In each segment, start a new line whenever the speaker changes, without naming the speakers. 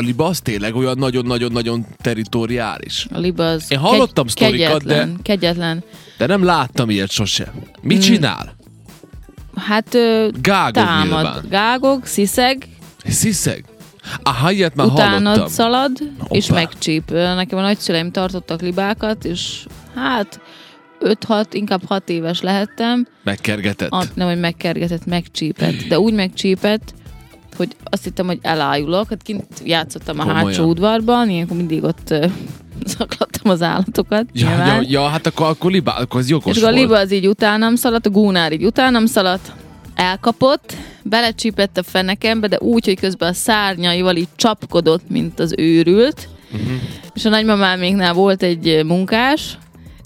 liba az tényleg olyan nagyon-nagyon-nagyon teritoriális.
A liba az
Én hallottam
kegy-
sztorikat, de-
kegyetlen, kegyetlen.
De nem láttam ilyet sose. Mit
Hmm.
csinál?
Hát ö,
Gágog
támad.
nyilván.
Gágog, sziszeg,
Sziszeg? Aha, ilyet már
utánad
hallottam.
szalad, és
Hoppá.
megcsíp. Ö, Nekem a nagyszüleim tartottak libákat, és hát 5-6, inkább 6 éves lehettem,
Megkergetett.
a, nem, hogy megkergetett, megcsípett, de úgy megcsípett, hogy azt hittem, hogy elájulok. Hát kint játszottam a
Komolyan.
hátsó udvarban, ilyenkor mindig ott ö, zaklattam az állatokat.
Ja,
nyilván.
ja, ja, hát akkor, akkor, libá, akkor az jogos
És akkor a
volt.
liba az így utánam szaladt, a gúnár így utánam szaladt, elkapott, belecsípett a fenekembe, de úgy, hogy közben a szárnyaival így csapkodott, mint az őrült.
Mhm.
És a nagymamáméknál volt egy ö, munkás,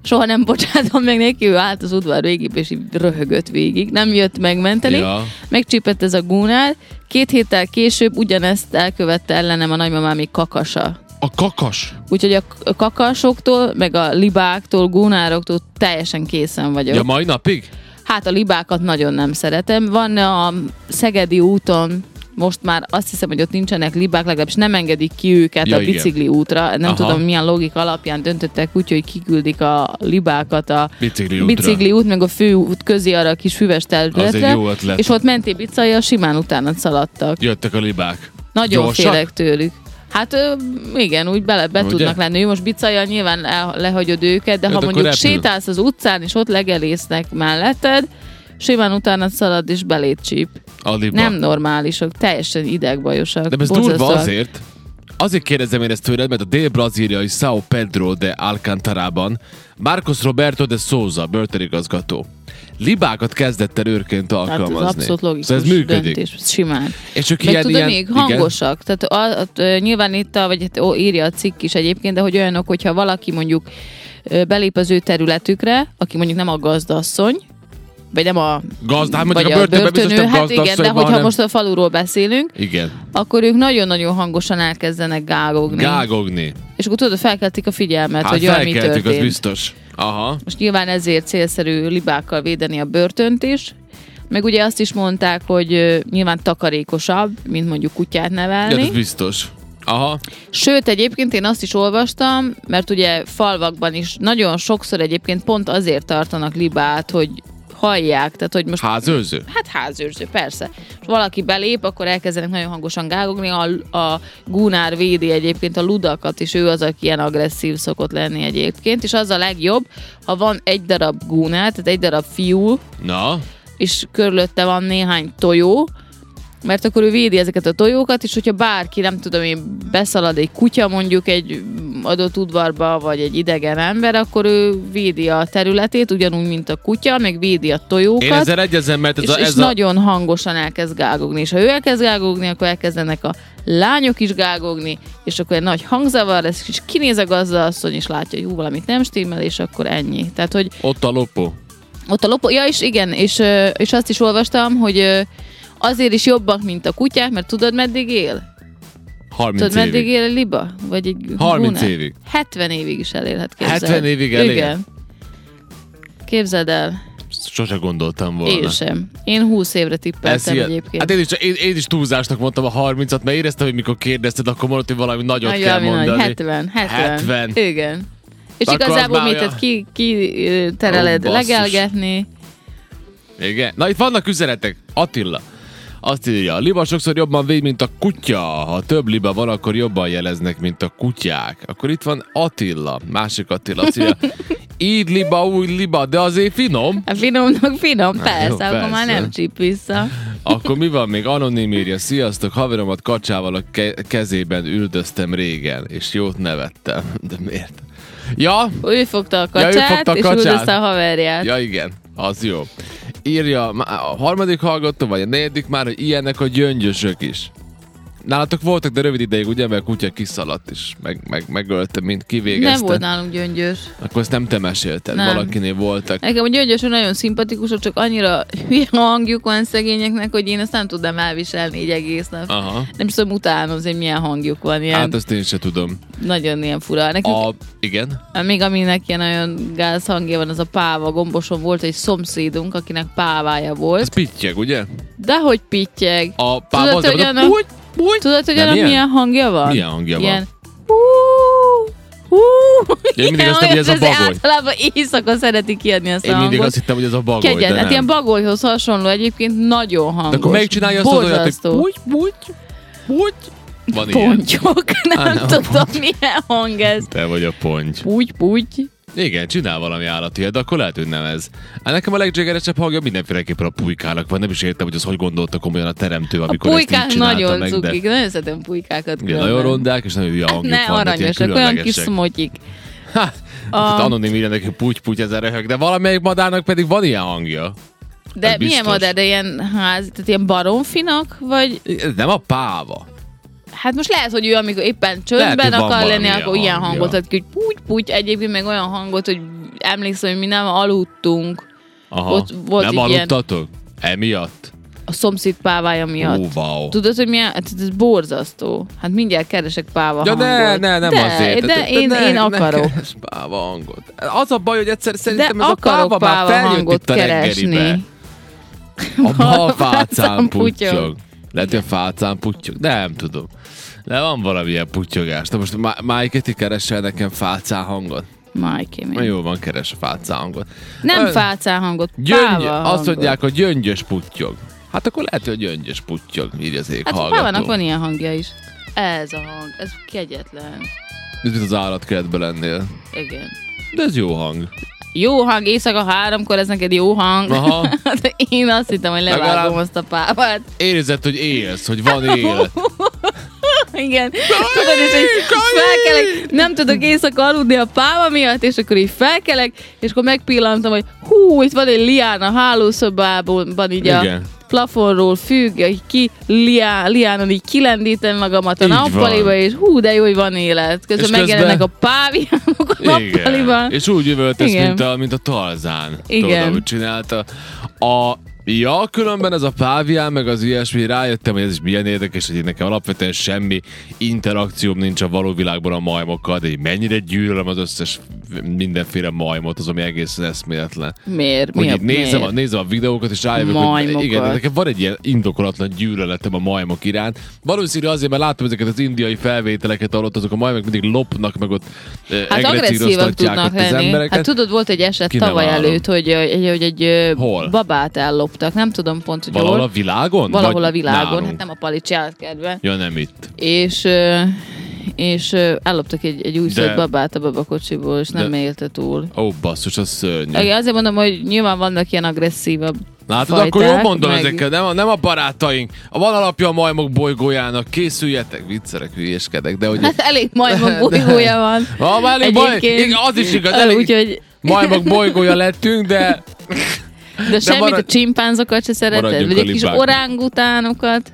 soha nem bocsátom meg neki, ő állt az udvar végébe, és így röhögött végig, nem jött megmenteni.
Ja.
Megcsípett ez a gúnár, két héttel később ugyanezt elkövette ellenem a nagymamámék kakasa.
A kakas.
Úgyhogy a k- a kakasoktól, meg a libáktól, gónároktól teljesen készen vagyok.
Ja, mai napig?
Hát a libákat nagyon nem szeretem. Van a Szegedi úton, most már azt hiszem, hogy ott nincsenek libák, legalábbis nem engedik ki őket
Ja,
ja, a
igen.
bicikli útra. Nem
Aha.
Aha. tudom, milyen logika alapján döntöttek úgy, hogy kiküldik a libákat a
Bicikli útra.
bicikli út, meg a főút közé arra a kis füves
Az egy
területre.
jó ötlet.
És ott menté bicajjal simán utána szaladtak.
Jöttek a libák.
Nagyon
Gyorsak?
félek tőlük. Hát ö, igen, úgy bele be
Ugye?
tudnak lenni. Ő most bicajjal nyilván el, lehagyod őket, de
Hát
ha
akkor
mondjuk
repül.
sétálsz az utcán, és ott legelésznek melletted, simán utána szalad és belét csíp.
A liba.
Nem normálisok, teljesen idegbajosak.
De ez
borzasztóak.
durva azért, azért kérdezem én ezt tőled, mert a dél-brazíliai São Pedro de Alcantarában Marcos Roberto de Souza, börtönigazgató, libákat kezdett el őrként
Hát ez
alkalmazni.
abszolút logikus
szóval ez működik.
döntés, simán.
És ők
Meg
ilyen,
tudod
ilyen,
még, hangosak. Tehát a, a, ö, nyilván itt, a, vagy hát, ó, írja a cikk is egyébként, de hogy olyanok, hogyha valaki mondjuk ö, belép az ő területükre, aki mondjuk nem a gazdasszony, vagy nem a
Gazd- hát
vagy
mondjuk a börtönben biztos nem
hát igen, de
gazdasszony van,
hogyha
hanem-
most a faluról beszélünk,
Igen. Igen.
akkor ők nagyon-nagyon hangosan elkezdenek gálogni.
Gágogni.
És akkor tudod, felkeltik a figyelmet,
Hát
Hát, hogy jaj, mi
felkeltük, az
történt. Hát
biztos. Aha.
Most nyilván ezért célszerű libákkal védeni a börtönt is, meg ugye azt is mondták, hogy ö, nyilván takarékosabb, mint mondjuk kutyát
Ja,
nevelni.
ez biztos. Aha.
Sőt, egyébként én azt is olvastam, mert ugye falvakban is nagyon sokszor egyébként pont azért tartanak libát, hogy hallják, tehát hogy most
Házőrző.
Hát házőrző, persze. És valaki belép, akkor elkezdenek nagyon hangosan gágogni. A, a Gunár védi egyébként a ludakat, és ő az, aki ilyen agresszív szokott lenni egyébként. És az a legjobb, ha van egy darab Gunár, tehát egy darab fiú,
Na,
és körülötte van néhány tojó, mert akkor ő védi ezeket a tojókat, és hogyha bárki, nem tudom én, beszalad egy kutya mondjuk egy adott udvarba, vagy egy idegen ember, akkor ő védi a területét, ugyanúgy, mint a kutya, meg védi a tojókat.
én ezzel egyezem, mert ez
És,
a... Ez
és
a...
nagyon hangosan elkezd gágogni, és ha ő elkezd gágogni, akkor elkezdenek a lányok is gágogni, és akkor egy nagy hangzavar lesz, és kinéz a gazdaasszony, és látja, hogy hú, valamit nem stimmel, és akkor ennyi. Tehát, hogy
Ott a lopó.
ott a lopó... Ja, és igen, és, ö, és azt is olvastam, hogy ö, azért is jobbak, mint a kutyák, mert tudod, meddig él?
30
Tudod,
évig.
meddig él egy liba? Vagy egy
30
gunár?
évig.
70 évig is elélhet, képzeld.
70 évig elél?
Igen. Képzeld el.
Sose gondoltam volna.
Én sem. Én 20 évre tippeltem
ilyen-
egyébként.
Hát én is, én, én is túlzásnak mondtam a 30-at, mert éreztem, hogy mikor kérdezted, akkor mondod, hogy valami nagyot
Nagy,
kell
valami nagy, hát-
mondani.
70, 70.
70.
Igen. És
Akkor az
igazából
már
mit
olyan-
tehát ki, ki ö, tereled
Ó, basszus.
legelgetni.
Igen. Na itt vannak üzenetek. Attila. Azt írja, a liba sokszor jobban véd, mint a kutya. Ha több liba van, akkor jobban jeleznek, mint a kutyák. Akkor itt van Attila, másik Attila. Azt írja, így liba, új liba, de azért finom.
A finomnak finom, persze,
jó,
akkor már
persze.
nem csíp vissza.
Akkor mi van még? Anonim írja, sziasztok, haveromat kacsával a ke- kezében üldöztem régen, és jót nevettem. De miért? Ja,
Ő fogta a
Ja, ő
kacsát,
fogta a
és
kacsát.
üldözte a haverját.
Ja, igen, az jó. Írja má- a harmadik hallgató, vagy a negyedik már, hogy ilyenek a gyöngyösök is. Nálatok voltak, de rövid ideig, ugye, mert a kutya kiszaladt is, meg, meg, megölte, mint kivégezte.
nem volt nálunk gyöngyös.
Akkor ezt nem te mesélted,
Nem. E-
valakinél voltak.
Nekem a gyöngyös nagyon szimpatikusok, csak annyira hülye hangjuk van szegényeknek, hogy én ezt nem tudnám elviselni így egész nap.
Aha.
Nem is tudom utánozni, hogy milyen hangjuk van, ilyen,
Ah. Hát azt én sem tudom.
nagyon ilyen fura. Nekünk
A... Igen?
Még aminek ilyen nagyon gáz hangja van, az a páva. Gomboson volt egy szomszédunk, akinek pávája
Ez
volt.
pittyeg, ugye?
De hogy pittyeg.
A
Tudod,
páva az
hogy
nem-
annak-
Úgy, Búj!
Tudod, hogy
Nem
annak
ilyen?
milyen hangja van?
Milyen hangja van?
Ilyen. Hú, hú.
mindig
Ilyen
azt hittem, hogy ez a
olyat,
bagoly.
Általában éjszaka szeretik kiadni ezt
Én
a
mindig
hangot.
azt hittem, hogy ez a bagoly,
Kegyet.
de
Hát ilyen
nem.
bagolyhoz hasonló egyébként nagyon hangos.
De akkor megcsinálja azt az olyat, hogy
Borzasztó.
búj, búj, búj. Van ilyen.
Pontyok, nem
Á, nem,
tudom milyen hang ez.
Te vagy a ponty.
Pugy, pugy.
Igen, csinál valami állati, de akkor lehet, hogy nem ez. Hát nekem a legzségeresebb hangja mindenféleképpen a pulykának van. Nem is értem, hogy az hogy gondolta komolyan a teremtő,
A
amikor ezt így
pulykák
csinálta
nagyon
meg, de
cukik, nagyon szeretem pulykákat.
igen, nagyon rondák, és nagyon hülye hangjuk van.
Ne,
tehát ilyen
aranyosak, olyan kis
különlegesek. Hát
smotyik.
Ha,
A-
a... Anonim írja neki puty-puty ezer röhög, de valamelyik madárnak pedig van ilyen hangja.
De
Ez
milyen
biztos.
madár, de ilyen ház, tehát ilyen baromfinak, vagy
Ez nem a páva.
hát most lehet, hogy ő amikor éppen
Lehet,
csöndben
hogy van
akar lenni,
valamilyen
akkor ilyen
hangja.
hangot ad ki, hogy puty, puty, egyébként meg olyan hangot, hogy emlékszem, hogy mi nem aludtunk
Aha.
Ott volt
nem
így ilyen-
aludtatok? Emiatt?
a szomszéd pávája miatt.
Ó, wow.
Tudod, hogy milyen? Hát ez borzasztó. Hát mindjárt keresek páva
Ja, ne,
hangot.
ne, nem
de,
azért.
De,
Tehát,
én,
ne-
én
ne
akarok.
keresd páva hangot. Az a baj, hogy egyszer
De
szerintem ez a páva,
akarok páva
már feljött
hangot
itt a reggelibe.
keresni.
A bal fácán
fácán putyog.
putyog. Lehet, hogy a fácán putyog? Nem tudom. De van valamilyen putyogás. Na most Má- Májke, ti keresel nekem fácán hangot? Na
Májkémi.
jó van, keres a fácán hangot.
Nem
Ö,
fácán hangot,
Gyöngy,
páva
azt
hangot.
mondják, hogy gyöngyös putyog. Hát akkor lehet, hogy gyöngyös putyog, írja az ég
Hát a
hallgató.
pávának van ilyen hangja is. Ez a hang, ez kegyetlen.
Ez mint az állatkertben lennél.
Igen.
De ez jó hang.
Jó hang, éjszaka háromkor, ez neked jó hang.
Aha.
De én azt hittem, hogy levágom
Legalább-
azt a pávát.
Érzed, hogy élsz, hogy van
Hát,
élet.
Igen. Tudod, és így felkelek, nem tudok éjszaka aludni a páva miatt, és akkor így felkelek, és akkor megpillantom, hogy hú, itt van egy lián a hálószobában, így a
Igen.
plafonról függ, így ki, lián, liánon így kilendítem magamat a
Így
nappaliba,
van.
és hú, de jó, hogy van élet. Közben
És
megjelennek
közben-
a páviánok a nappaliban.
És úgy üvöltesz,
Igen.
mint a, mint a Tarzán.
Igen.
Tudod, ahogy csinálta. A Ja, különben ez a pávián, meg az ilyesmi, rájöttem, hogy ez is milyen érdekes, hogy én nekem alapvetően semmi interakcióm nincs a való világban a majmokkal, de én mennyire gyűlölöm az összes mindenféle majmot, az, ami egészen eszméletlen.
Miért?
Hogy
Mi a-
így nézem, a,
miért?
nézem a videókat, és rájövök,
Majmokat.
hogy igen, de nekem van egy ilyen indokolatlan gyűlöletem a majmok iránt. Valószínű azért, mert látom ezeket az indiai felvételeket, ahol ott azok a majmok mindig lopnak, meg ott e,
Hát agresszívak tudnak
az
lenni.
embereket.
Hát tudod, volt egy eset
Ki nem
tavaly
állom.
előtt, hogy, hogy, hogy egy ö,
Hol?
babát elloptak, nem tudom pont, hogy
Valahol
hol.
a világon?
valahol
Vagy
a világon,
nálunk?
hát nem a Palics állatkertben.
Ja, nem itt.
És, ö, és ö, elloptak egy, egy újszült
De-
babát a babakocsiból, és nem
De-
élte túl.
Ó, basszus, az szörnyű.
Igen, azért mondom, hogy nyilván vannak ilyen agresszívabb
Látod,
fajták,
akkor jól mondom
meg-
meg... ezekkel, nem a, nem a barátaink. A van alapja a majmok bolygójának, készüljetek, viccelek, hülyéskedek, de hogy...
Hát elég majmok bolygója van.
Ah, már elég baj,
Egyébként-
igen, az is igaz,
Ö,
elég
Úgyhogy,
majmok bolygója lettünk, de
de, semmit
marad-
a csimpánzokat se szereted,
maradjunk
vagy
a
egy kis
libákban.
orángutánokat,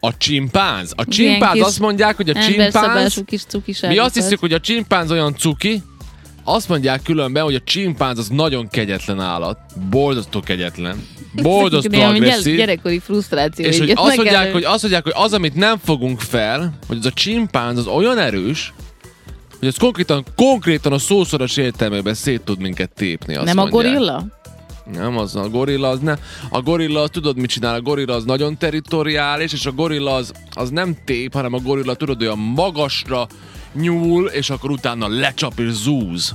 A csimpánz. A
Ilyen
csimpánz
kis
azt mondják, hogy a csimpánz...
emberszabású kis cukiságokat.
Mi azt hiszük, hogy a csimpánz olyan cuki, azt mondják különben, hogy a csimpánz az nagyon kegyetlen állat. Borzasztó kegyetlen. Borzasztó
Ilyen gyere-
agresszív.
Gyerekkori frusztráció.
És
így
hogy
jött
azt
meg
mondják,
elő.
hogy azt mondják, hogy az, amit nem fogunk fel, hogy az a csimpánz az olyan erős, hogy ez konkrétan, konkrétan a szószoros értelmében szét tud minket tépni. Azt
Nem a
mondják.
gorilla?
Nem, az a gorilla az nem. A gorilla az tudod, mit csinál? A gorilla az nagyon territoriális, és a gorilla az, az nem tép, hanem a gorilla tudod, olyan magasra nyúl, és akkor utána lecsap és zúz.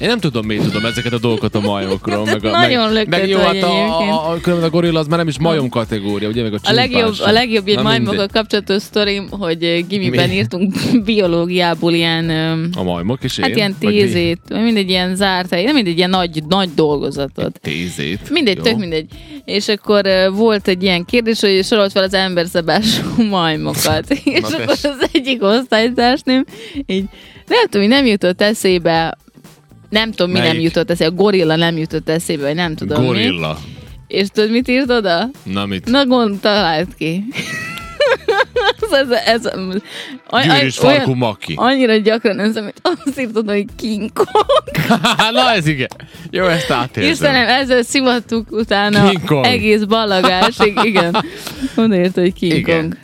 Én nem tudom, miért tudom ezeket a dolgokat a majmokról. meg a,
Hát Nagyon
meg,
lökött
meg jó,
vagy
hát a,
egyébként.
a, a, különben a gorilla az már nem is majom kategória, ugye, meg a
A
csimpánz
legjobb,
sem.
a legjobb egy
Na
majmokkal
mindegy.
kapcsolatos sztorim, hogy ö, gimiben
Mi?
írtunk biológiából ilyen, ö,
A majmok és én.
hát ilyen
Vagy mi?
tézét, vagy mindegy ilyen zárt hely, nem mindegy ilyen nagy, nagy dolgozatot.
Tézét.
Mindegy,
Jó.
tök mindegy. És akkor ö, volt egy ilyen kérdés, hogy sorolt fel az emberszabású majmokat. és
Na
akkor
tessék.
az egyik osztálytársnőm így, nem tudom, így nem jutott eszébe, nem tudom, mi nem
Melyik?
jutott eszébe, a gorilla nem jutott eszébe, vagy nem tudom mi.
Gorilla.
És tudod, mit írt oda?
Na mit?
Na gond, talált ki. ez, ez, ez, oly- oly-
Gyűrűs farkú maki.
annyira gyakran önzem, hogy azt írtad, hogy King Kong.
Na ez igen. Jó, ezt átérzem.
Istenem, ezzel szivattuk utána
King Kong.
egész ballagásig, igen. Odaért, hogy King
Igen.
Kong.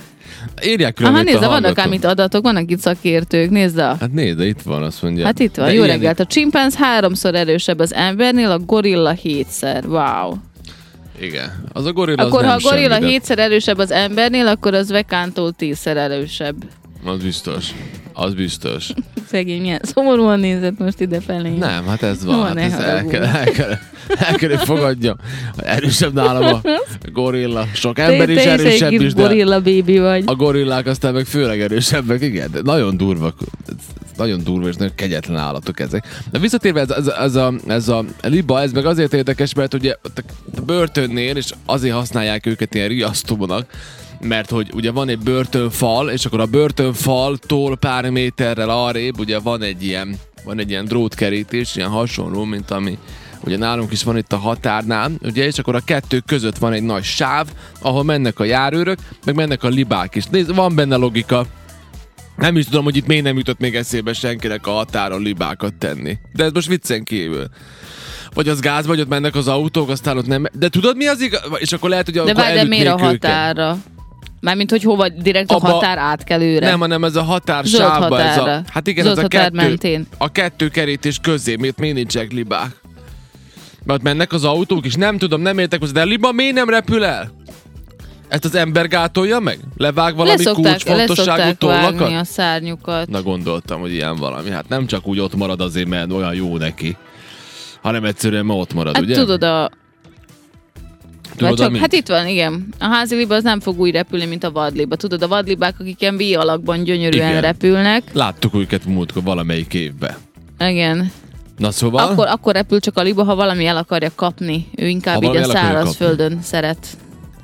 Írják külön
Aha,
itt
nézd,
a
vannak ám
hallgatók.
itt adatok, vannak itt szakértők, nézd a...
Hát nézd, de itt van, azt mondja.
Hát itt van,
De
jó
ilyen
reggelt. A csimpánz háromszor erősebb az embernél, a gorilla hétszer. Wow.
itt- Igen. Az a gorilla
Akkor
az
ha
nem
a gorilla
semmi, de-
hétszer erősebb az embernél, akkor az vekántól tízszer erősebb.
Az biztos. Az biztos.
Szegény, milyen szomorúan nézett most ide felé.
Nem, hát ez
No,
van. Hát
ne
ez el kell,
haragudj.
el kell, el kell, hogy fogadjam. Erősebb nálam a gorilla. Sok
Te-
ember is
te is
erősebb
egy
is, de
gorilla bébi vagy.
a gorillák aztán meg főleg erősebbek. Igen, de nagyon durvak. Ez- ez Nagyon durva és nagyon kegyetlen állatok ezek. De visszatérve ez, ez, ez, a, ez a liba, ez meg azért érdekes, mert ugye ott a börtönnél, és azért használják őket ilyen riasztónak, mert hogy ugye van egy börtönfal, és akkor a börtönfaltól pár méterrel arrébb ugye van egy ilyen, van egy ilyen drótkerítés, ilyen hasonló, mint ami ugye nálunk is van itt a határnál, ugye, és akkor a kettő között van egy nagy sáv, ahol mennek a járőrök, meg mennek a libák is. Nézd, van benne logika. Nem is tudom, hogy itt miért nem jutott még eszébe senkinek a határon libákat tenni. De ez most viccen kívül. Vagy az gáz, vagy ott mennek az autók, aztán ott nem. De tudod mi az igaz? És akkor lehet, hogy
De
akkor
várj, de miért a
elütnék őket.
határra? Mármint, hogy hova direkt a
Abba-
határ átkelőre?
Nem, hanem ez a határ
Zöld
sávba, ez a,
határra.
hát igen,
Zöld
ez a
határ
kettő,
mentén.
a kettő kerítés közé, miért miért nincsenek libák? Mert mennek az autók, és nem tudom, nem értek hozzá, de a liba miért nem repül el? Ezt az ember gátolja meg? Levág valami
leszokták,
kulcsfontosságú
leszokták vágni
tollakat?
a szárnyukat.
Na gondoltam, hogy ilyen valami. Hát nem csak úgy ott marad azért, mert olyan jó neki, hanem egyszerűen ma ott marad,
hát
ugye?
tudod a...
Tudod,
Tudod, csak,
amit?
hát itt van, igen. A házi liba az nem fog úgy repülni, mint a vadliba. Tudod, a vadlibák, akik ilyen V alakban gyönyörűen
Igen.
igen. repülnek.
Láttuk őket múltkor valamelyik évben.
Igen.
Na szóval,
Akkor, akkor repül csak a liba, ha valami el akarja kapni. Ő inkább
Ha
így
valami
a
el akarja kapni.
szárazföldön szeret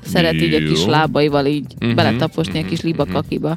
szeret így a kis
Jó.
lábaival így
Mhm,
beletaposni a kis libakakiba.